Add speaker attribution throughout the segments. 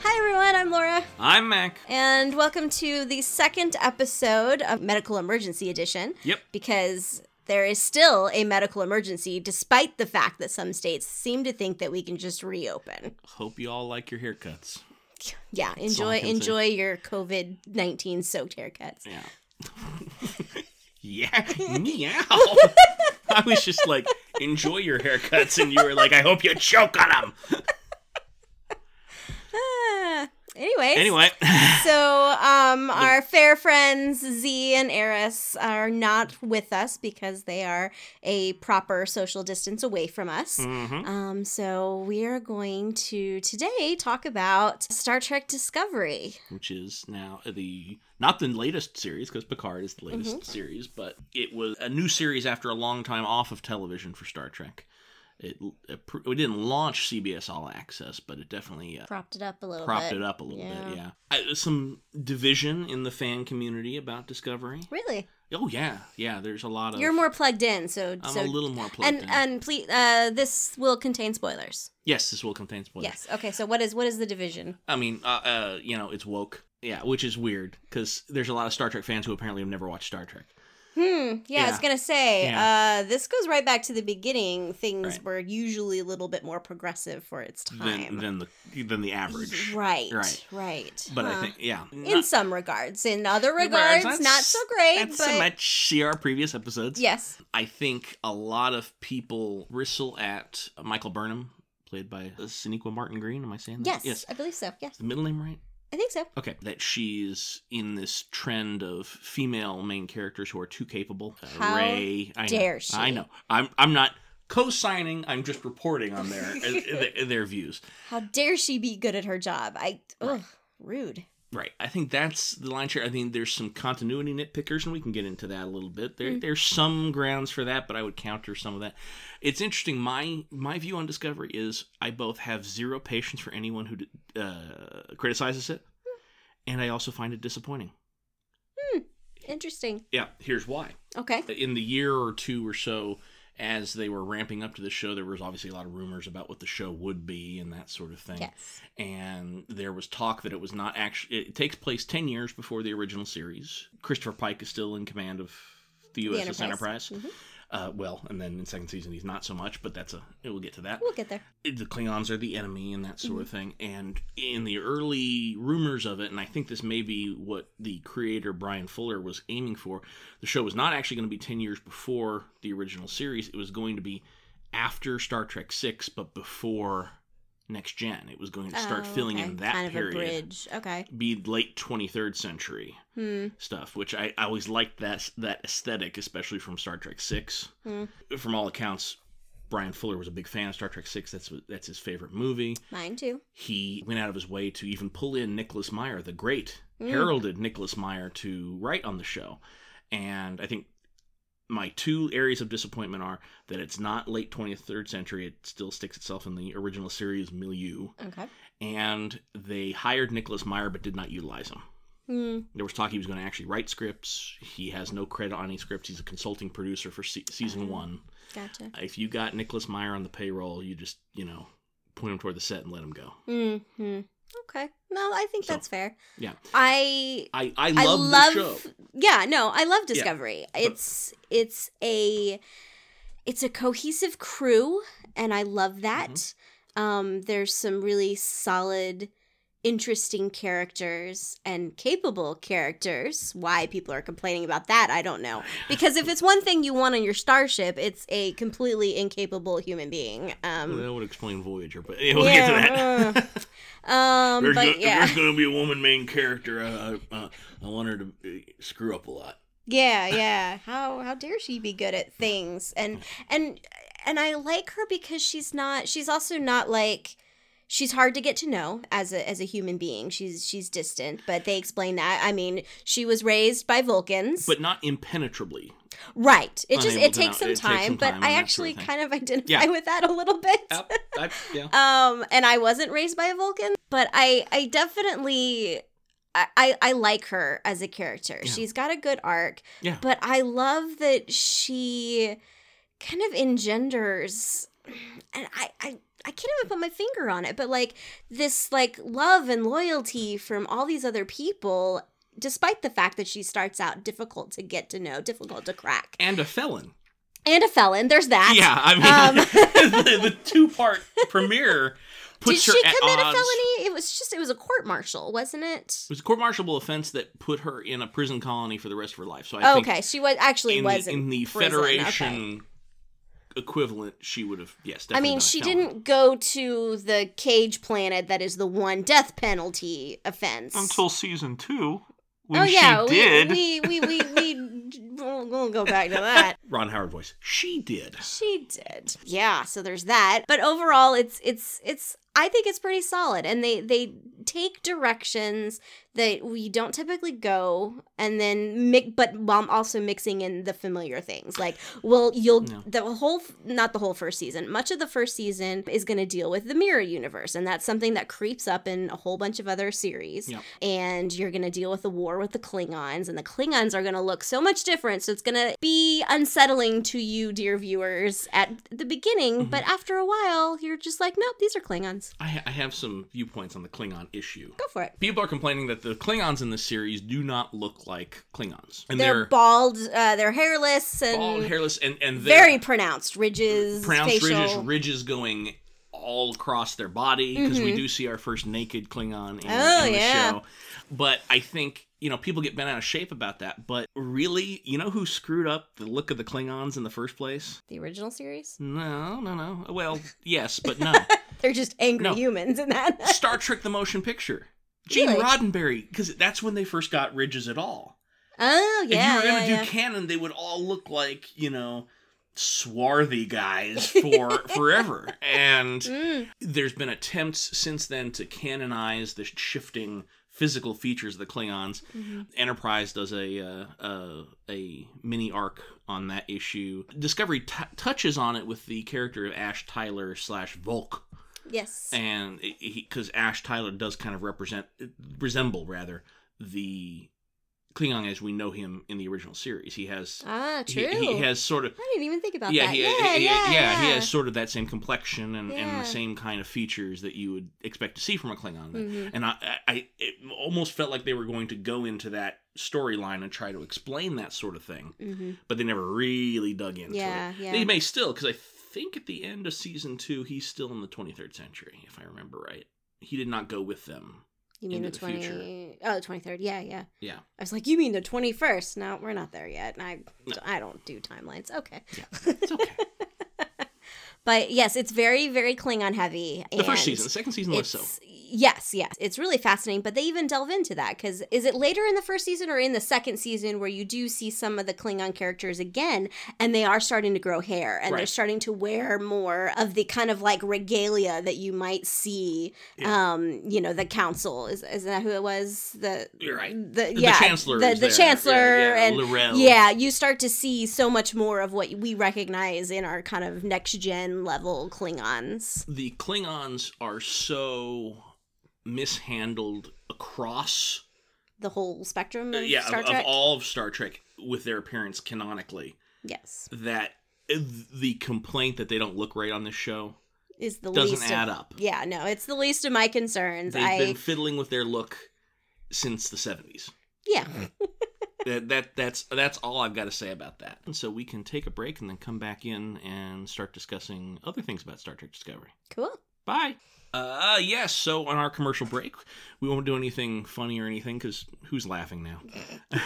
Speaker 1: Hi, everyone. I'm Laura.
Speaker 2: I'm Mac.
Speaker 1: And welcome to the second episode of Medical Emergency Edition.
Speaker 2: Yep.
Speaker 1: Because there is still a medical emergency, despite the fact that some states seem to think that we can just reopen.
Speaker 3: Hope you all like your haircuts.
Speaker 1: Yeah,
Speaker 3: all
Speaker 1: enjoy
Speaker 3: I can say.
Speaker 1: enjoy your COVID nineteen soaked haircuts.
Speaker 3: Yeah. yeah. Meow. I was just like, enjoy your haircuts, and you were like, I hope you choke on them.
Speaker 1: Ah, anyways,
Speaker 3: Anyway,
Speaker 1: so um, our fair friends Z and Eris are not with us because they are a proper social distance away from us.
Speaker 3: Mhm.
Speaker 1: Um, so we are going to today talk about Star Trek Discovery.
Speaker 3: which is now the not the latest series because Picard is the
Speaker 1: Mm-hmm.
Speaker 3: latest series, but it was a new series after a long time off of television for Star Trek. It, it, pr- it didn't launch CBS All Access, but it definitely uh,
Speaker 1: Propped it up a little
Speaker 3: propped
Speaker 1: bit.
Speaker 3: it up a little
Speaker 1: Yeah.
Speaker 3: bit. Yeah, I, some division in the fan community about Discovery.
Speaker 1: Really,
Speaker 3: Oh yeah, yeah. There's a lot of
Speaker 1: you're more plugged in, so
Speaker 3: I'm a
Speaker 1: so
Speaker 3: little more plugged
Speaker 1: and
Speaker 3: in.
Speaker 1: and please, uh, this will contain spoilers.
Speaker 3: yes, this will contain spoilers.
Speaker 1: Yes. Okay. So what is what is the division?
Speaker 3: I mean, uh, uh, you know, it's woke. Yeah, which is weird because there's a lot of Star Trek fans who apparently have never watched Star Trek.
Speaker 1: Hmm. Yeah, I was
Speaker 3: Yeah.
Speaker 1: gonna say uh, this goes right back to the beginning. Things
Speaker 3: Right.
Speaker 1: were usually a little bit more progressive for its time.
Speaker 3: Than, than the than the average.
Speaker 1: right. Right.
Speaker 3: Right.
Speaker 1: Right.
Speaker 3: But
Speaker 1: Huh.
Speaker 3: I think yeah.
Speaker 1: in some regards, in other regards,
Speaker 3: that's- mm,
Speaker 1: not so great.
Speaker 3: Not
Speaker 1: but
Speaker 3: so much. See our previous episodes.
Speaker 1: Yes.
Speaker 3: I think a lot of people bristle at Michael Burnham, played by Sonequa Martin Green. Am I saying that?
Speaker 1: Yes,
Speaker 3: Yes.
Speaker 1: I believe so. Yes,
Speaker 3: Is the middle name right?
Speaker 1: I think so.
Speaker 3: Okay, that she's in this trend of female main characters who are too capable. Uh,
Speaker 1: How
Speaker 3: Ray, I know,
Speaker 1: dare she.
Speaker 3: I know. I'm I'm not co-signing. I'm just reporting on their uh, their, their views.
Speaker 1: How dare she be good at her job? I ugh, rude.
Speaker 3: Right. I think that's the line share. I think there's some continuity nitpickers, and we can get into that a little bit. There, there's some grounds for that, but I would counter some of that. It's interesting. My my view on Discovery is I both have zero patience for anyone who uh, criticizes it, and I also find it disappointing.
Speaker 1: Interesting.
Speaker 3: Yeah. Here's why.
Speaker 1: Okay.
Speaker 3: in the year or two or so as they were ramping up to the show there was obviously a lot of rumors about what the show would be and that sort of thing
Speaker 1: Yes.
Speaker 3: and there was talk that it was not actually it takes place 10 years before the original series christopher pike is still in command of the uss enterprise,
Speaker 1: Enterprise. Mhm.
Speaker 3: Uh, well and then in second season he's not so much but that's a we'll get to that
Speaker 1: We'll get there.
Speaker 3: the Klingons are the enemy and that sort
Speaker 1: Mm-hmm.
Speaker 3: of thing. And in the early rumors of it, and I think this may be what the creator Brian Fuller was aiming for, the show was not actually going to be 10 years before the original series. It was going to be after Star Trek 6, but before Next Gen. It was going to start
Speaker 1: Oh,
Speaker 3: filling
Speaker 1: okay.
Speaker 3: in that
Speaker 1: kind
Speaker 3: period.
Speaker 1: of a bridge. Okay.
Speaker 3: Be late 23rd century
Speaker 1: Hmm.
Speaker 3: stuff, which I, I always liked that that aesthetic, especially from Star Trek Six.
Speaker 1: Hmm.
Speaker 3: From all accounts, Brian Fuller was a big fan of Star Trek Six. That's what- that's his favorite movie.
Speaker 1: Mine too.
Speaker 3: He went out of his way to even pull in Nicholas Meyer, the great
Speaker 1: Mm.
Speaker 3: heralded Nicholas Meyer, to write on the show. And I think my two areas of disappointment are that it's not late 23rd century. It still sticks itself in the original series milieu,
Speaker 1: Okay.
Speaker 3: and they hired Nicholas Meyer but did not utilize him.
Speaker 1: Hmm.
Speaker 3: There was talk he was going to actually write scripts. He has no credit on any scripts. He's a consulting producer for se- season one.
Speaker 1: Gotcha.
Speaker 3: If you got Nicholas Meyer on the payroll, you just you know point him toward the set and let him go.
Speaker 1: Hmm. Okay. No, I think
Speaker 3: So,
Speaker 1: that's fair.
Speaker 3: yeah.
Speaker 1: I
Speaker 3: I I love, the
Speaker 1: I
Speaker 3: show.
Speaker 1: love Yeah, no, I love Discovery. It's it's a it's a cohesive crew and I love that.
Speaker 3: Mm-hmm.
Speaker 1: Um there's some really solid interesting characters and capable characters. Why people are complaining about that, I don't know. Because if it's one thing you want on your starship, it's a completely incapable human being. Um
Speaker 3: that would explain Voyager, but yeah, we'll get to that.
Speaker 1: yeah, uh, um
Speaker 3: There's
Speaker 1: but
Speaker 3: go-
Speaker 1: yeah.
Speaker 3: There's going to be a woman main character. Uh, uh, I want her to uh, screw up a lot.
Speaker 1: Yeah, yeah. How how dare she be good at things? And and and I like her because she's not she's also not like she's hard to get to know as a as a human being. She's she's distant, but they explain that. I mean, she was raised by Vulcans,
Speaker 3: but not impenetrably.
Speaker 1: right? It just
Speaker 3: unable
Speaker 1: it
Speaker 3: to
Speaker 1: takes
Speaker 3: know-
Speaker 1: some
Speaker 3: it takes some
Speaker 1: time, but
Speaker 3: time
Speaker 1: I
Speaker 3: and that
Speaker 1: actually
Speaker 3: sort of thing.
Speaker 1: kind of identify
Speaker 3: Yeah.
Speaker 1: with that a little bit.
Speaker 3: Yep, I- yeah.
Speaker 1: Um, and I wasn't raised by a Vulcan, but I I definitely. I, I, I like her as a character.
Speaker 3: Yeah.
Speaker 1: She's got a good arc,
Speaker 3: Yeah.
Speaker 1: but I love that she kind of engenders and I, I I can't even put my finger on it, but like this like love and loyalty from all these other people, despite the fact that she starts out difficult to get to know, difficult to crack.
Speaker 3: And a felon.
Speaker 1: And a felon, there's that.
Speaker 3: yeah, I mean, the, the two part premiere
Speaker 1: Um. Did
Speaker 3: puts
Speaker 1: she
Speaker 3: her at
Speaker 1: commit a
Speaker 3: odds.
Speaker 1: felony? It was just it was a court martial, wasn't it?
Speaker 3: It was a court martialable offense that put her in a prison colony for the rest of her life. So I
Speaker 1: Oh,
Speaker 3: think
Speaker 1: okay, she was actually
Speaker 3: in
Speaker 1: was
Speaker 3: the, in the
Speaker 1: prison, okay.
Speaker 3: Federation equivalent, she would have yes.
Speaker 1: I
Speaker 3: Definitely
Speaker 1: mean,
Speaker 3: done a
Speaker 1: she
Speaker 3: felon.
Speaker 1: didn't go to the cage planet that is the one death penalty offense.
Speaker 3: season two.
Speaker 1: oh yeah, we, we we we we we'll, we'll go back to that.
Speaker 3: Ron Howard voice. She did.
Speaker 1: She did. Yeah, so there's that. But overall it's it's it's I think it's pretty solid and they they take directions that we don't typically go and then mi- but while also mixing in the familiar things. Like well you'll
Speaker 3: No.
Speaker 1: the whole not the whole first season. Much of the first season is going to deal with the mirror universe and that's something that creeps up in a whole bunch of other series
Speaker 3: Yep.
Speaker 1: and you're going to deal with the war with the Klingons, and the Klingons are going to look so much different. So it's going to be unsettling to you, dear viewers, at the beginning.
Speaker 3: Mm-hmm.
Speaker 1: But after a while, you're just like, nope, these are Klingons.
Speaker 3: I, ha- I have some viewpoints on the Klingon issue.
Speaker 1: Go for it.
Speaker 3: People are complaining that the Klingons in this series do not look like Klingons, and
Speaker 1: They're,
Speaker 3: they're,
Speaker 1: bald, uh, they're hairless, and
Speaker 3: bald, hairless, and and they're
Speaker 1: very pronounced ridges,
Speaker 3: pronounced
Speaker 1: facial.
Speaker 3: ridges, ridges going all across their body because we do see our first naked Klingon in,
Speaker 1: Mm-hmm. Oh,
Speaker 3: in the
Speaker 1: yeah.
Speaker 3: show. But I think you know people get bent out of shape about that. But really, you know who screwed up the look of the Klingons in the first place?
Speaker 1: the original series?
Speaker 3: No, no, no. Well, yes, but no.
Speaker 1: They're just angry
Speaker 3: No.
Speaker 1: humans in that.
Speaker 3: Star Trek: The Motion Picture. Gene
Speaker 1: Really?
Speaker 3: Roddenberry, because that's when they first got ridges at all.
Speaker 1: oh, yeah.
Speaker 3: if you were
Speaker 1: yeah,
Speaker 3: gonna
Speaker 1: yeah.
Speaker 3: do canon, they would all look like you know swarthy guys for forever. And
Speaker 1: Mm.
Speaker 3: there's been attempts since then to canonize the shifting physical features of the Klingons.
Speaker 1: Mm-hmm.
Speaker 3: Enterprise does a uh, uh, a mini arc on that issue. Discovery t- touches on it with the character of Ash Tyler slash Volk
Speaker 1: Yes.
Speaker 3: and because Ash Tyler does kind of represent resemble rather the Klingon as we know him in the original series. He has
Speaker 1: ah,
Speaker 3: he,
Speaker 1: true.
Speaker 3: he has sort of
Speaker 1: I didn't even think about
Speaker 3: yeah,
Speaker 1: that.
Speaker 3: he,
Speaker 1: yeah,
Speaker 3: he-
Speaker 1: yeah,
Speaker 3: yeah, he
Speaker 1: yeah.
Speaker 3: has sort of that same complexion and, and
Speaker 1: Yeah.
Speaker 3: the same kind of features that you would expect to see from a Klingon.
Speaker 1: Mhm.
Speaker 3: And I, I- I it almost felt like they were going to go into that storyline and try to explain that sort of thing,
Speaker 1: Mhm.
Speaker 3: but they never really dug into
Speaker 1: Yeah,
Speaker 3: it.
Speaker 1: yeah.
Speaker 3: They may still, because I think at the end of season two, he's still in the 23rd century, if I remember right. He did not go with them.
Speaker 1: You mean
Speaker 3: into
Speaker 1: the
Speaker 3: the future.
Speaker 1: twenty? Oh, the twenty third. Yeah, yeah.
Speaker 3: Yeah.
Speaker 1: I was like, you mean the twenty first? No, we're not there yet. And I,
Speaker 3: No.
Speaker 1: I don't do timelines. Okay,
Speaker 3: It's okay.
Speaker 1: but yes, it's very, very Klingon heavy.
Speaker 3: the first
Speaker 1: and
Speaker 3: season, the second season less so.
Speaker 1: it's- Yes, yes. It's really fascinating, but they even delve into that because is it later in the first season or in the second season where you do see some of the Klingon characters again and they are starting to grow hair and they're
Speaker 3: Right.
Speaker 1: starting to wear more of the kind of like regalia that you might see,
Speaker 3: Yeah.
Speaker 1: um, you know, the council. Is, is that who it was? The,
Speaker 3: You're right.
Speaker 1: The,
Speaker 3: The
Speaker 1: yeah,
Speaker 3: Chancellor
Speaker 1: The,
Speaker 3: is
Speaker 1: the
Speaker 3: there.
Speaker 1: Chancellor
Speaker 3: Yeah, yeah,
Speaker 1: and
Speaker 3: Lorel.
Speaker 1: yeah, you start to see so much more of what we recognize in our kind of next gen level Klingons.
Speaker 3: the Klingons are so mishandled across
Speaker 1: the whole spectrum
Speaker 3: uh,
Speaker 1: of
Speaker 3: yeah
Speaker 1: Star
Speaker 3: of,
Speaker 1: Trek.
Speaker 3: of all of Star Trek with their appearance canonically
Speaker 1: yes,
Speaker 3: that uh, the complaint that they don't look right on this show
Speaker 1: is the
Speaker 3: doesn't
Speaker 1: least
Speaker 3: add
Speaker 1: of,
Speaker 3: up.
Speaker 1: Yeah, no, it's the least of my concerns.
Speaker 3: They've
Speaker 1: I
Speaker 3: been fiddling with their look since the 70s.
Speaker 1: yeah,
Speaker 3: that, that that's that's all I've got to say about that. And so we can take a break and then come back in and start discussing other things about Star Trek Discovery.
Speaker 1: cool.
Speaker 3: Bye. Uh yes, so on our commercial break, we won't do anything funny or anything cuz who's laughing now?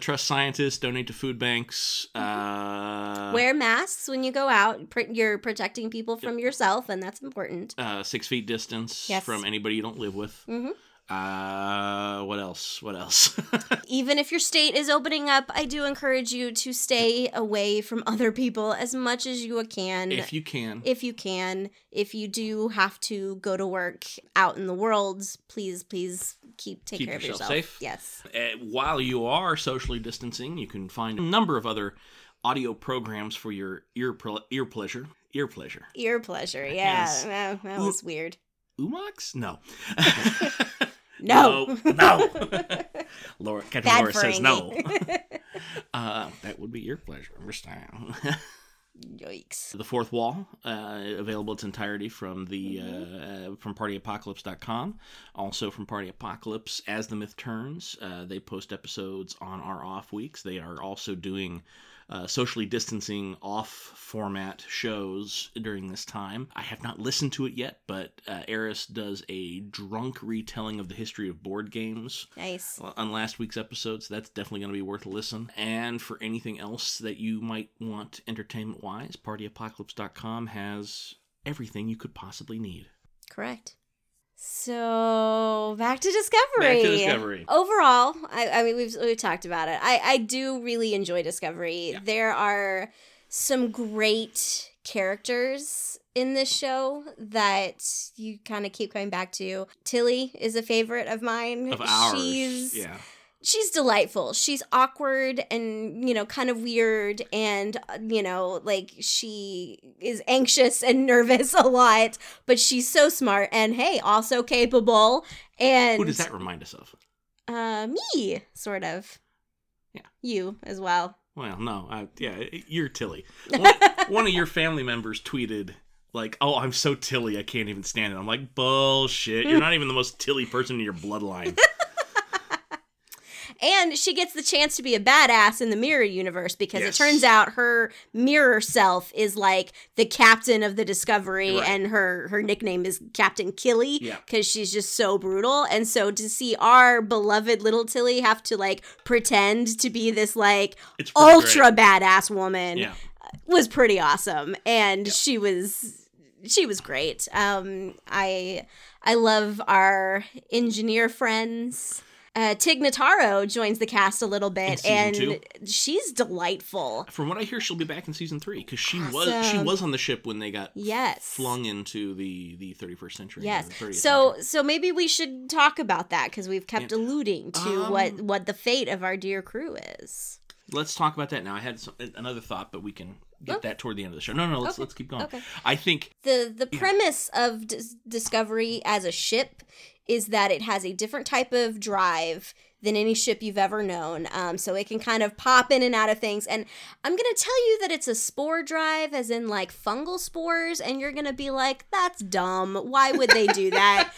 Speaker 3: Trust scientists, donate to food banks. Uh
Speaker 1: Wear masks when you go out. Pr- You're protecting people from yourself, and that's important.
Speaker 3: uh 6 feet distance
Speaker 1: Yes.
Speaker 3: from anybody you don't live with.
Speaker 1: hmm
Speaker 3: Uh what else? else? What else?
Speaker 1: Even if your state is opening up, I do encourage you to stay away from other people as much as you can.
Speaker 3: if you can.
Speaker 1: if you can if you do have to go to work out in the world please please keep take
Speaker 3: Keep
Speaker 1: care of
Speaker 3: yourself safe.
Speaker 1: yourself yes
Speaker 3: Uh, while you are socially distancing, you can find a number of other audio programs for your ear ple- ear pleasure. Ear pleasure.
Speaker 1: ear pleasure yeah
Speaker 3: Yes.
Speaker 1: that, that
Speaker 3: Oop.
Speaker 1: was weird
Speaker 3: Umox? No.
Speaker 1: no,
Speaker 3: No. No. Laura, Captain
Speaker 1: Bad
Speaker 3: Laura
Speaker 1: for
Speaker 3: says
Speaker 1: Angie.
Speaker 3: no. uh, that would be ear pleasure. Understand?
Speaker 1: yikes
Speaker 3: the fourth wall uh, available its entirety from the uh, from partyapocalypse.com also from party apocalypse as the myth turns uh, they post episodes on our off weeks they are also doing uh, socially distancing off format shows during this time i have not listened to it yet but uh, eris does a drunk retelling of the history of board games
Speaker 1: nice
Speaker 3: on last week's episode, so that's definitely going to be worth a listen. And for anything else that you might want entertainment wise, partyapocalypse.com has everything you could possibly need.
Speaker 1: correct so back to
Speaker 3: Back
Speaker 1: discovery
Speaker 3: to Discovery.
Speaker 1: overall i, I mean we've, we've talked about it I, I do really enjoy discovery
Speaker 3: Yeah.
Speaker 1: there are some great characters in this show that you kind of keep coming back to tilly is a favorite of mine
Speaker 3: Of ours.
Speaker 1: she's
Speaker 3: yeah.
Speaker 1: she's delightful she's awkward and you know kind of weird and uh, you know like she is anxious and nervous a lot but she's so smart and hey also capable and
Speaker 3: Who does that remind us of?
Speaker 1: uh, me, sort of.
Speaker 3: Yeah.
Speaker 1: You as well.
Speaker 3: Well, no. I, yeah, you're Tilly. One, one of your family members tweeted, like, oh, I'm so Tilly, I can't even stand it. I'm like, bullshit. You're not even the most Tilly person in your bloodline.
Speaker 1: And she gets the chance to be a badass in the mirror universe because
Speaker 3: Yes.
Speaker 1: it turns out her mirror self is like the captain of the Discovery,
Speaker 3: Right.
Speaker 1: and her her nickname is Captain Killy
Speaker 3: Yeah.
Speaker 1: because she's just so brutal. And so to see our beloved little Tilly have to like pretend to be this like
Speaker 3: It's pretty great.
Speaker 1: ultra badass woman
Speaker 3: Yeah.
Speaker 1: was pretty awesome and she was she was great um i i love our engineer friends uh tig notaro joins the cast a little bit
Speaker 3: In
Speaker 1: and
Speaker 3: season
Speaker 1: she's delightful
Speaker 3: From what I hear, she'll be back in season three because she was she
Speaker 1: Awesome.
Speaker 3: was on the ship when they got
Speaker 1: yes
Speaker 3: flung into the the 31st century. or
Speaker 1: yes
Speaker 3: the 30th
Speaker 1: so
Speaker 3: century.
Speaker 1: so maybe we should talk about that because we've kept alluding to what
Speaker 3: Um,
Speaker 1: what the fate of our dear crew is
Speaker 3: let's talk about that now. I had some, another thought, but we can get
Speaker 1: Oh.
Speaker 3: that toward the end of the show. No, no, let's
Speaker 1: Okay.
Speaker 3: let's keep going.
Speaker 1: Okay.
Speaker 3: I think
Speaker 1: the the premise of dis- discovery as a ship is that it has a different type of drive than any ship you've ever known um, so it can kind of pop in and out of things and i'm gonna tell you that it's a spore drive as in like fungal spores and you're gonna be like that's dumb why would they do that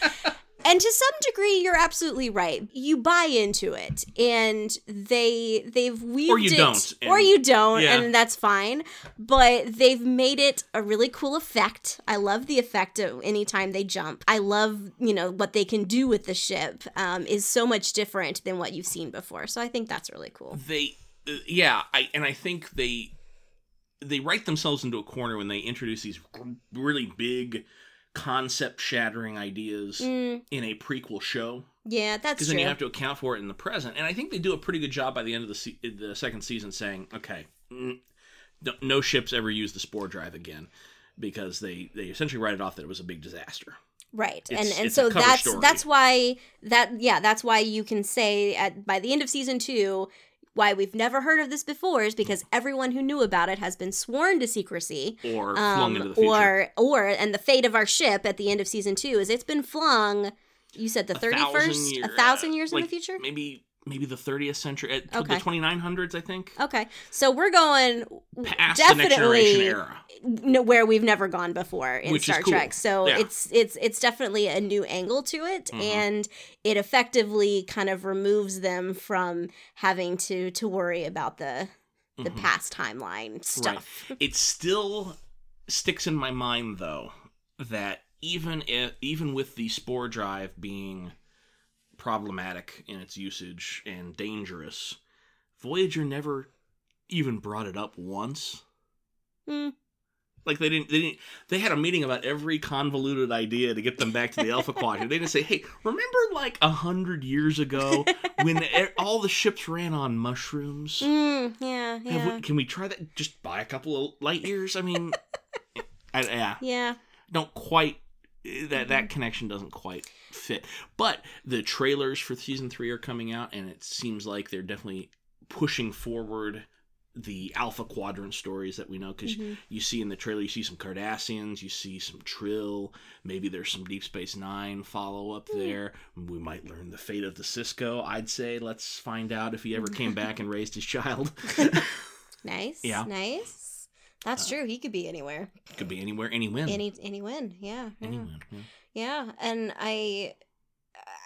Speaker 1: and to some degree you're absolutely right you buy into it and they they've weaved
Speaker 3: Or you
Speaker 1: it-
Speaker 3: don't,
Speaker 1: or
Speaker 3: and-
Speaker 1: you don't
Speaker 3: Yeah.
Speaker 1: and that's fine but they've made it a really cool effect i love the effect of anytime they jump i love you know what they can do with the ship um, is so much different than what you've seen before so i think that's really cool
Speaker 3: they uh, yeah i and i think they they write themselves into a corner when they introduce these really big concept shattering ideas
Speaker 1: Mm,
Speaker 3: in a prequel show
Speaker 1: yeah that's
Speaker 3: because
Speaker 1: true
Speaker 3: then you have to account for it in the present and i think they do a pretty good job by the end of the se- the second season saying okay mm, no, no ships ever use the spore drive again because they they essentially write it off that it was a big disaster
Speaker 1: right and
Speaker 3: It's-
Speaker 1: and
Speaker 3: it's a
Speaker 1: so
Speaker 3: cover
Speaker 1: that's
Speaker 3: story.
Speaker 1: that's why that yeah that's why you can say at by the end of season two why we've never heard of this before is because everyone who knew about it has been sworn to secrecy
Speaker 3: or
Speaker 1: um,
Speaker 3: flung into the future
Speaker 1: or or and the fate of our ship at the end of season two is it's been flung you said the
Speaker 3: A thousand
Speaker 1: 31st
Speaker 3: year- uh,
Speaker 1: a thousand years in
Speaker 3: like,
Speaker 1: the future
Speaker 3: maybe maybe the 30th century at tw-
Speaker 1: Okay. Oh,
Speaker 3: the 2900s i think
Speaker 1: okay so we're going
Speaker 3: past the next generation
Speaker 1: definitely
Speaker 3: era
Speaker 1: n- where we've never gone before in
Speaker 3: Which is
Speaker 1: star
Speaker 3: cool.
Speaker 1: trek so
Speaker 3: Yeah.
Speaker 1: it's it's it's definitely a new angle to it
Speaker 3: Mhm.
Speaker 1: and it effectively kind of removes them from having to to worry about the the
Speaker 3: Mhm.
Speaker 1: past timeline stuff
Speaker 3: it still sticks in my mind though that even if even with the spore drive being problematic in its usage and dangerous voyager never even brought it up once
Speaker 1: Hmm.
Speaker 3: Like they didn't, they didn't. They had a meeting about every convoluted idea to get them back to the Alpha Quadrant. They didn't say, "Hey, remember like a hundred years ago when e- all the ships ran on mushrooms?
Speaker 1: Mm, yeah,
Speaker 3: Have we-
Speaker 1: yeah,
Speaker 3: can we try that? Just buy a couple of light years. I mean, I, yeah,
Speaker 1: yeah.
Speaker 3: don't quite that that connection doesn't quite fit. But the trailers for season three are coming out, and it seems like they're definitely pushing forward the Alpha Quadrant stories that we know because
Speaker 1: Mhm.
Speaker 3: you see in the trailer you see some Cardassians, you see some Trill, maybe there's some Deep Space Nine follow up there. We might learn the fate of the Cisco. I'd say let's find out if he ever came back and raised his child.
Speaker 1: Nice.
Speaker 3: Yeah. Uh,
Speaker 1: Nice. That's true. He could be anywhere.
Speaker 3: Could be anywhere, any win,
Speaker 1: Any any win. Yeah. yeah.
Speaker 3: any win. yeah.
Speaker 1: Yeah, and I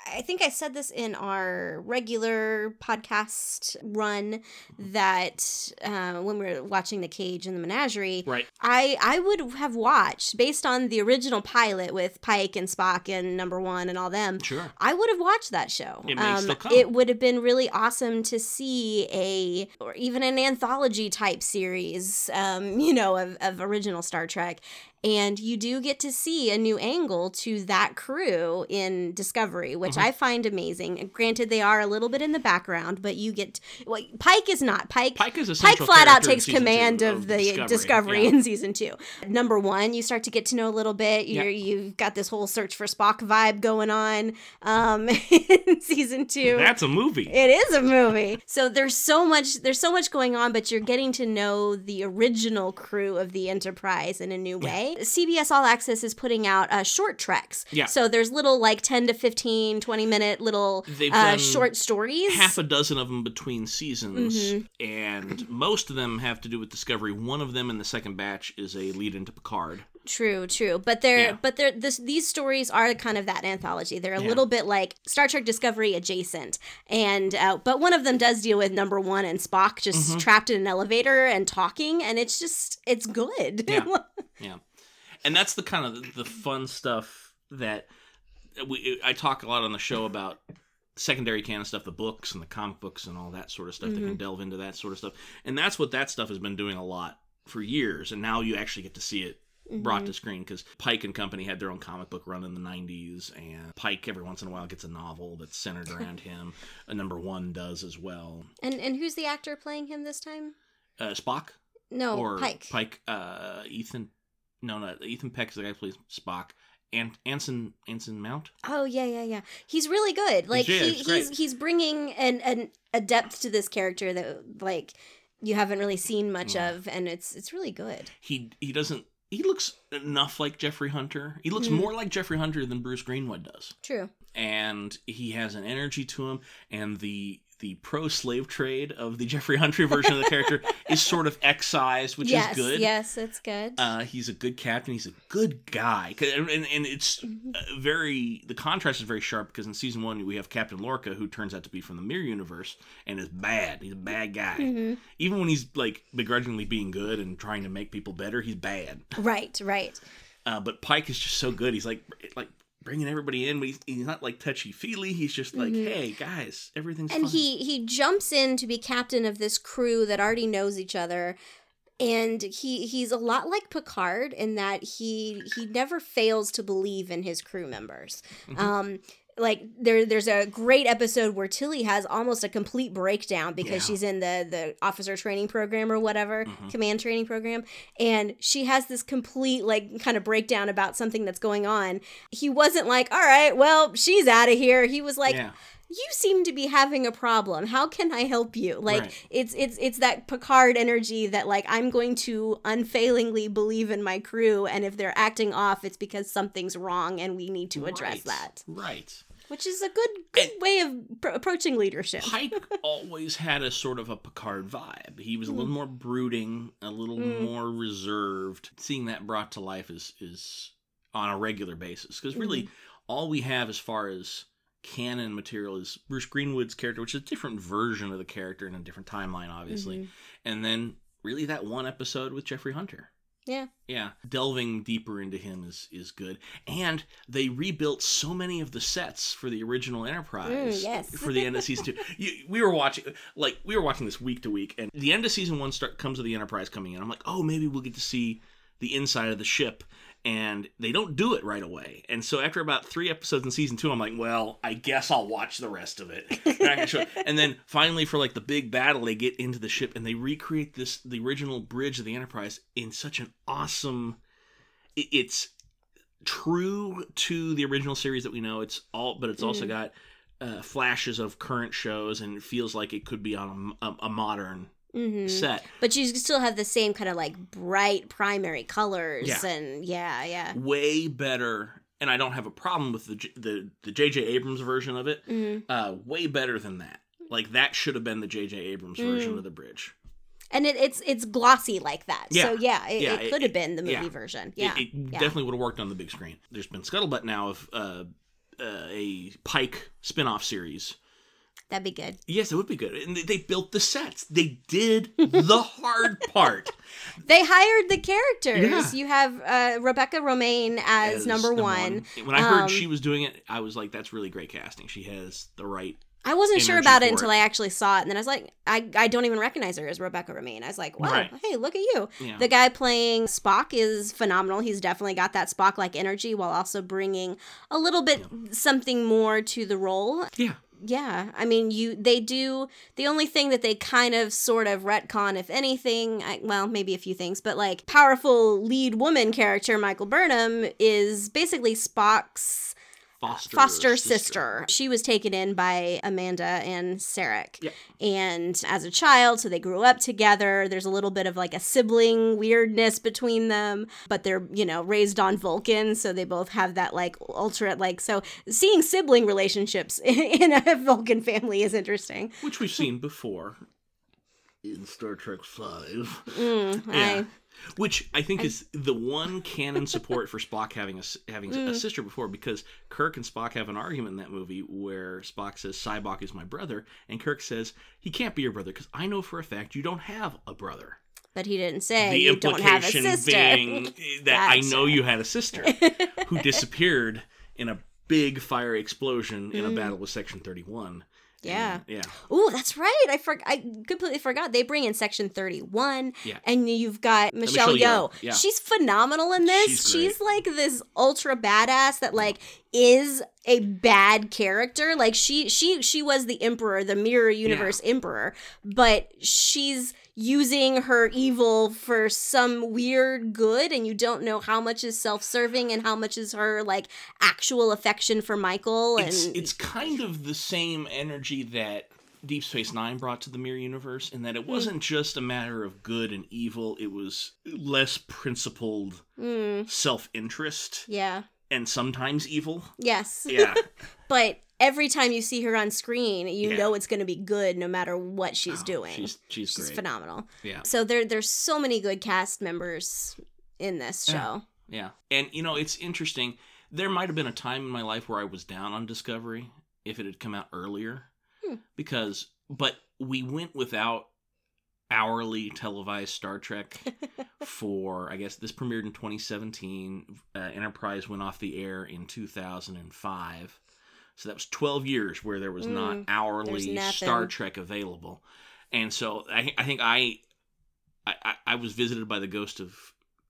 Speaker 1: I think I said this in our regular podcast run
Speaker 3: Mm.
Speaker 1: that uh, when we were watching The Cage and the Menagerie,
Speaker 3: Right.
Speaker 1: I I would have watched based on the original pilot with Pike and Spock and Number 1 and all them.
Speaker 3: Sure.
Speaker 1: I would have watched that show. Um,
Speaker 3: It may still come.
Speaker 1: It would have been really awesome to see a or even an anthology type series, um, you know, of, of original Star Trek. And you do get to see a new angle to that crew in Discovery, which
Speaker 3: Mhm.
Speaker 1: I find amazing. And Granted, they are a little bit in the background, but you get well, Pike is not Pike.
Speaker 3: Pike is a
Speaker 1: Pike
Speaker 3: central
Speaker 1: flat out
Speaker 3: character in
Speaker 1: takes
Speaker 3: season two
Speaker 1: command of, the discovery,
Speaker 3: Yeah.
Speaker 1: in season two. Number one, you start to get to know a little bit. You're, You've got this whole search for Spock vibe going on um, in season two.
Speaker 3: That's a movie.
Speaker 1: it is a movie. So there's so much there's so much going on, but you're getting to know the original crew of the Enterprise in a new way. CBS All Access is putting out uh, short treks.
Speaker 3: Yeah.
Speaker 1: So there's little like 10 to 15, 20 minute little
Speaker 3: They've
Speaker 1: uh,
Speaker 3: done
Speaker 1: short stories.
Speaker 3: half a dozen of them between seasons,
Speaker 1: Mm-hmm.
Speaker 3: and most of them have to do with Discovery. One of them in the second batch is a lead into Picard.
Speaker 1: True, true. But they're
Speaker 3: Yeah.
Speaker 1: but they're this these stories are kind of that anthology. They're a
Speaker 3: Yeah.
Speaker 1: little bit like Star Trek Discovery adjacent. And uh, but one of them does deal with number 1 and Spock just
Speaker 3: Mhm.
Speaker 1: trapped in an elevator and talking and it's just it's good.
Speaker 3: Yeah. and that's the kind of the fun stuff that we I talk a lot on the show about secondary canon stuff, the books and the comic books and all that sort of stuff. They can delve into that sort of stuff, and that's what that stuff has been doing a lot for years. And now you actually get to see it brought to screen because Pike and company had their own comic book run in the 90s, and Pike every once in a while gets a novel that's centered around him. A number one does as well.
Speaker 1: and and who's the actor playing him this time?
Speaker 3: Uh, Spock
Speaker 1: No,
Speaker 3: or
Speaker 1: Oh, Pike.
Speaker 3: Pike, uh, Ethan. No, no, Ethan Peck is the guy who plays Spock. And Anson Anson Mount.
Speaker 1: Oh yeah, yeah, yeah. He's really good. Like
Speaker 3: Yeah,
Speaker 1: he,
Speaker 3: he's great.
Speaker 1: he's he's bringing an, an a depth to this character that like you haven't really seen much
Speaker 3: Yeah.
Speaker 1: of and it's it's really good.
Speaker 3: He he doesn't. He looks enough like Jeffrey Hunter. He looks
Speaker 1: Mhm.
Speaker 3: more like Jeffrey Hunter than Bruce Greenwood does.
Speaker 1: True.
Speaker 3: and he has an energy to him and the the pro slave trade of the Jeffrey Hunter version of the character is sort of excised, which
Speaker 1: yes,
Speaker 3: is good.
Speaker 1: Yes, it's good.
Speaker 3: Uh, he's a good captain. He's a good guy, 'Cause- and and, and it's
Speaker 1: Mhm.
Speaker 3: uh, very the contrast is very sharp because in season one we have Captain Lorca, who turns out to be from the Mirror Universe and is bad. He's a bad guy,
Speaker 1: Mhm.
Speaker 3: even when he's like begrudgingly being good and trying to make people better. He's bad.
Speaker 1: Right, right.
Speaker 3: Uh, but Pike is just so good. He's like like bringing everybody in, but he's, he's not like touchy feely. He's just like,
Speaker 1: Mhm.
Speaker 3: hey guys, everything's
Speaker 1: and
Speaker 3: fine.
Speaker 1: he he jumps in to be captain of this crew that already knows each other and he he's a lot like picard in that he he never fails to believe in his crew members
Speaker 3: Mhm.
Speaker 1: um like there there's a great episode where tilly has almost a complete breakdown because
Speaker 3: Yeah.
Speaker 1: she's in the the officer training program or whatever
Speaker 3: Mhm.
Speaker 1: command training program and she has this complete like kind of breakdown about something that's going on he wasn't like all right well she's out of here he was like
Speaker 3: yeah,
Speaker 1: you seem to be having a problem how can i help you like
Speaker 3: Right.
Speaker 1: it's it's it's that picard energy that like i'm going to unfailingly believe in my crew and if they're acting off it's because something's wrong and we need to address
Speaker 3: Right.
Speaker 1: that
Speaker 3: Right.
Speaker 1: which is a good good way of pr- approaching leadership
Speaker 3: Pike always had a sort of a Picard vibe. He was a little more brooding, a little
Speaker 1: Mm.
Speaker 3: more reserved. Seeing that brought to life is is on a regular basis because really all we have as far as canon material is Bruce Greenwood's character, which is a different version of the character in a different timeline, obviously.
Speaker 1: Mhm.
Speaker 3: and then really that one episode with Jeffrey Hunter.
Speaker 1: Yeah.
Speaker 3: Yeah. Delving deeper into him is is good. And they rebuilt so many of the sets for the original Enterprise
Speaker 1: Mm, yes.
Speaker 3: for the end of season 2. You, we were watching like we were watching this week to week and the end of season 1 start comes with the Enterprise coming in. I'm like, "Oh, maybe we'll get to see the inside of the ship and they don't do it right away. And so after about three episodes in season two, I'm like, well, I guess I'll watch the rest of it. They're not gonna show it. and then finally, for like the big battle, they get into the ship and they recreate this the original bridge of the Enterprise in such an awesome. it- It's true to the original series that we know. It's all, but it's also
Speaker 1: Mhm.
Speaker 3: got uh, flashes of current shows, and it feels like it could be on a, a- a modern
Speaker 1: Mhm.
Speaker 3: set.
Speaker 1: But you still have the same kind of like bright primary colors
Speaker 3: Yeah.
Speaker 1: and yeah, yeah.
Speaker 3: Way better. And I don't have a problem with the J- the the J.J. Abrams version of it.
Speaker 1: Mm.
Speaker 3: uh, way better than that. Like that should have been the J.J. Abrams version
Speaker 1: Mm.
Speaker 3: of the bridge.
Speaker 1: And it, it's it's glossy like that. So yeah, it,
Speaker 3: Yeah,
Speaker 1: it
Speaker 3: it-
Speaker 1: could have been the movie
Speaker 3: yeah.
Speaker 1: version.
Speaker 3: It-
Speaker 1: Yeah.
Speaker 3: it, definitely would have worked on the big screen. There's been scuttlebutt now of uh, uh, a Pike spin-off series.
Speaker 1: That'd be good.
Speaker 3: Yes, it would be good. And they, they built the sets. They did the hard part
Speaker 1: They hired the characters.
Speaker 3: Yeah.
Speaker 1: You have uh, Rebecca Romaine as, number, one.
Speaker 3: When I heard
Speaker 1: Um,
Speaker 3: she was doing it, I was like, "That's really great casting. She has the right."
Speaker 1: I wasn't sure
Speaker 3: energy
Speaker 1: about it
Speaker 3: for
Speaker 1: until
Speaker 3: it.
Speaker 1: I actually saw it, and then I was like, I, I don't even recognize her as Rebecca Romaine. I was like, wow,
Speaker 3: Right.
Speaker 1: hey, look at you.
Speaker 3: Yeah.
Speaker 1: The guy playing Spock is phenomenal. He's definitely got that Spock like energy while also bringing a little bit something more to the role.
Speaker 3: yeah.
Speaker 1: Yeah, I mean, you they do the only thing that they kind of sort of retcon, if anything, I, well, maybe a few things, but like powerful lead woman character Michael Burnham is basically Spock's
Speaker 3: Foster.
Speaker 1: foster sister. She was taken in by Amanda and Sarek.
Speaker 3: Yep.
Speaker 1: And as a child, so they grew up together. There's a little bit of like a sibling weirdness between them, but they're, you know, raised on Vulcan, so they both have that like ultra like so seeing sibling relationships in a Vulcan family is interesting.
Speaker 3: which we've seen before in Star Trek Five.
Speaker 1: Mm,
Speaker 3: Yeah.
Speaker 1: I-
Speaker 3: Which I think is the one canon support for Spock having a s- having
Speaker 1: Mm.
Speaker 3: a sister before, because Kirk and Spock have an argument in that movie where Spock says Cybok is my brother, and Kirk says he can't be your brother because I know for a fact you don't have a brother.
Speaker 1: but he didn't say
Speaker 3: the
Speaker 1: you don't have a
Speaker 3: implication
Speaker 1: sister.
Speaker 3: being that I know
Speaker 1: Gotcha.
Speaker 3: you had a sister who disappeared in a big fire explosion in a battle with Section Thirty One.
Speaker 1: Mm. Yeah.
Speaker 3: yeah.
Speaker 1: Oh, that's right. I for- I completely forgot. They bring in section 31.
Speaker 3: Yeah.
Speaker 1: And you've got Michelle,
Speaker 3: Michelle
Speaker 1: Yeoh.
Speaker 3: Yeoh, yeah.
Speaker 1: She's phenomenal in this. She's,
Speaker 3: She's great.
Speaker 1: like this ultra badass that like is a bad character. Like she she she was the emperor, the mirror universe emperor, but she's using her evil for some weird good and you don't know how much is self-serving and how much is her like actual affection for Michael and
Speaker 3: it's it's kind of the same energy that Deep Space Nine brought to the Mirror Universe, in that
Speaker 1: Hmm.
Speaker 3: it wasn't just a matter of good and evil; it was less principled
Speaker 1: Mm,
Speaker 3: self interest
Speaker 1: yeah.
Speaker 3: and sometimes evil.
Speaker 1: Yes.
Speaker 3: Yeah,
Speaker 1: but every time you see her on screen, you
Speaker 3: Yeah.
Speaker 1: know it's going to be good no matter what she's
Speaker 3: Oh,
Speaker 1: doing. She's,
Speaker 3: She's she's, great.
Speaker 1: phenomenal.
Speaker 3: Yeah,
Speaker 1: So there there's so many good cast members in this
Speaker 3: Yeah.
Speaker 1: show.
Speaker 3: yeah, and you know it's interesting. There might have been a time in my life where I was down on Discovery if it had come out earlier,
Speaker 1: Hmm.
Speaker 3: because but we went without hourly televised Star Trek for I guess this premiered in 2017. Uh, Enterprise went off the air in 2005, so that was 12 years where there was not
Speaker 1: Mm,
Speaker 3: hourly
Speaker 1: nothing.
Speaker 3: Star Trek available, and so I, I think I, I I- I was visited by the ghost of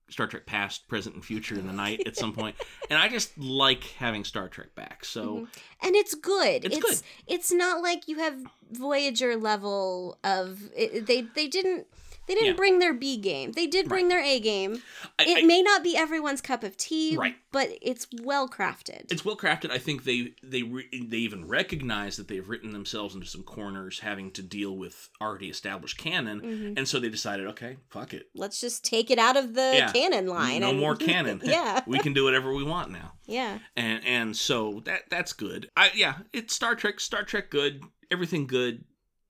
Speaker 3: Star Trek past, present, and future in the night at some point, and I just like having Star Trek back. So
Speaker 1: and it's good.
Speaker 3: It's
Speaker 1: it's
Speaker 3: good.
Speaker 1: it's not like you have Voyager level of it, they they didn't they didn't
Speaker 3: Yeah.
Speaker 1: bring their B game. They did bring their A game.
Speaker 3: I,
Speaker 1: it
Speaker 3: I-
Speaker 1: may not be everyone's cup of tea,
Speaker 3: Right.
Speaker 1: but it's well crafted.
Speaker 3: it's well crafted. I think they they re- they even recognize that they've written themselves into some corners, having to deal with already established canon, and so they decided, okay, fuck it,
Speaker 1: Mm-hmm. Let's just take it out of the
Speaker 3: Yeah.
Speaker 1: canon line.
Speaker 3: no
Speaker 1: and-
Speaker 3: more canon.
Speaker 1: yeah.
Speaker 3: we can do whatever we want now,
Speaker 1: Yeah.
Speaker 3: and and so that that's good. I yeah, it's Star Trek. Star Trek, good. Everything good.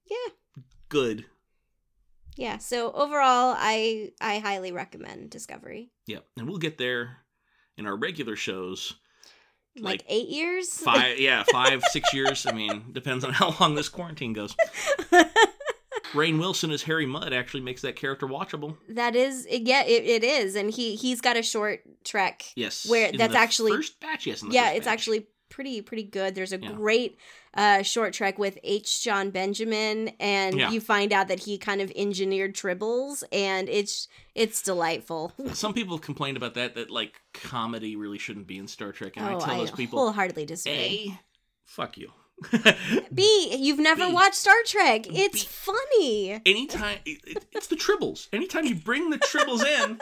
Speaker 1: Yeah.
Speaker 3: Good.
Speaker 1: yeah so overall i i highly recommend discovery
Speaker 3: Yep. And we'll get there in our regular shows.
Speaker 1: like,
Speaker 3: Like,
Speaker 1: eight years
Speaker 3: Five, yeah, five, six years. I mean, depends on how long this quarantine goes. Rain Wilson as Harry Mudd actually makes that character watchable.
Speaker 1: that is it, yeah it, it is and he he's got a short trek
Speaker 3: Yes.
Speaker 1: Where-
Speaker 3: in
Speaker 1: that's
Speaker 3: the
Speaker 1: actually-
Speaker 3: first batch. Yes. in the
Speaker 1: yeah
Speaker 3: first
Speaker 1: it's
Speaker 3: batch.
Speaker 1: actually pretty pretty good. There's a
Speaker 3: Yeah.
Speaker 1: great uh, short trek with H. John Benjamin, and
Speaker 3: Yeah.
Speaker 1: you find out that he kind of engineered tribbles, and it's it's delightful.
Speaker 3: Some people have complained about that that like comedy really shouldn't be in Star Trek, and I
Speaker 1: oh,
Speaker 3: tell
Speaker 1: I
Speaker 3: those people,
Speaker 1: wholeheartedly disagree.
Speaker 3: a, fuck you.
Speaker 1: B, you've never
Speaker 3: B.
Speaker 1: watched Star Trek. It's
Speaker 3: B.
Speaker 1: funny.
Speaker 3: Anytime it, it- it's the tribbles. Anytime you bring the tribbles in,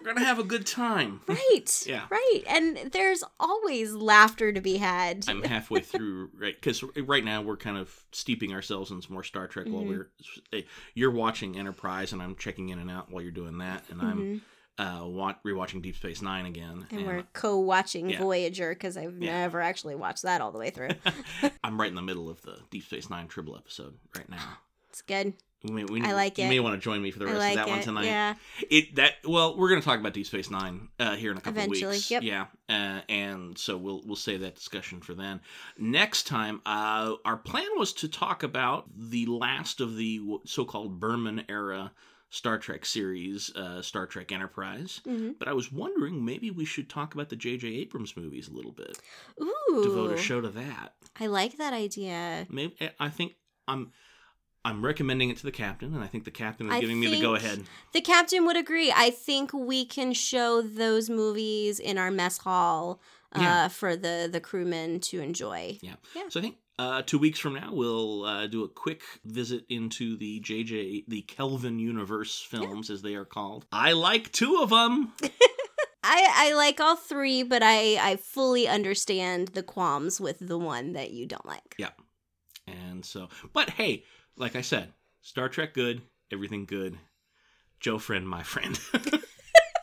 Speaker 3: we're gonna have a good time.
Speaker 1: Right.
Speaker 3: Yeah.
Speaker 1: Right. And there's always laughter to be had.
Speaker 3: I'm halfway through, right? Because right now we're kind of steeping ourselves in some more Star Trek while
Speaker 1: Mhm.
Speaker 3: we're you're watching Enterprise, and I'm checking in and out while you're doing that, and I'm
Speaker 1: Mhm.
Speaker 3: uh wa- rewatching Deep Space Nine again,
Speaker 1: And we're co watching
Speaker 3: Yeah.
Speaker 1: Voyager because I've
Speaker 3: Yeah.
Speaker 1: never actually watched that all the way through.
Speaker 3: I'm right in the middle of the Deep Space Nine Tribble episode right now.
Speaker 1: It's good.
Speaker 3: We, may- we,
Speaker 1: I like
Speaker 3: you
Speaker 1: it.
Speaker 3: may want to join me for the
Speaker 1: I
Speaker 3: rest
Speaker 1: like
Speaker 3: of that
Speaker 1: it.
Speaker 3: one tonight.
Speaker 1: Yeah.
Speaker 3: It that well, we're going to talk about Deep Space Nine uh, here in a couple
Speaker 1: Eventually,
Speaker 3: weeks.
Speaker 1: yep.
Speaker 3: Yeah, uh, and so we'll we'll save that discussion for then. Next time, uh, our plan was to talk about the last of the w- so-called Berman era Star Trek series, uh, Star Trek Enterprise.
Speaker 1: hmm
Speaker 3: But I was wondering maybe we should talk about the J.J. Abrams movies a little bit,
Speaker 1: Ooh.
Speaker 3: devote a show to that.
Speaker 1: I like that idea.
Speaker 3: Maybe I think I'm I'm recommending it to the captain, and I think the captain is
Speaker 1: I
Speaker 3: giving me the go
Speaker 1: think-
Speaker 3: ahead.
Speaker 1: The captain would agree. I think we can show those movies in our mess hall uh,
Speaker 3: Yeah.
Speaker 1: for the, the crewmen to enjoy.
Speaker 3: So I think uh, two weeks from now we'll uh, do a quick visit into the JJ the Kelvin universe films as they are called. I like two of them.
Speaker 1: I, I like all three, but I, I fully understand the qualms with the one that you don't like.
Speaker 3: And so, but hey, like I said, Star Trek good, everything good. Joe friend, my friend.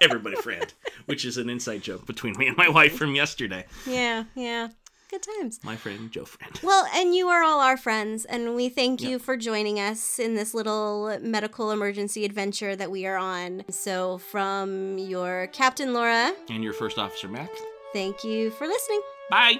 Speaker 3: Everybody friend, which is an inside joke between me and my wife from yesterday.
Speaker 1: Yeah, yeah. Good times.
Speaker 3: My friend, Joe friend.
Speaker 1: Well, and you are all our friends, and we thank you
Speaker 3: Yep.
Speaker 1: for joining us in this little medical emergency adventure that we are on. So, from your Captain Laura,
Speaker 3: And your first officer, Max.
Speaker 1: thank you for listening.
Speaker 3: Bye.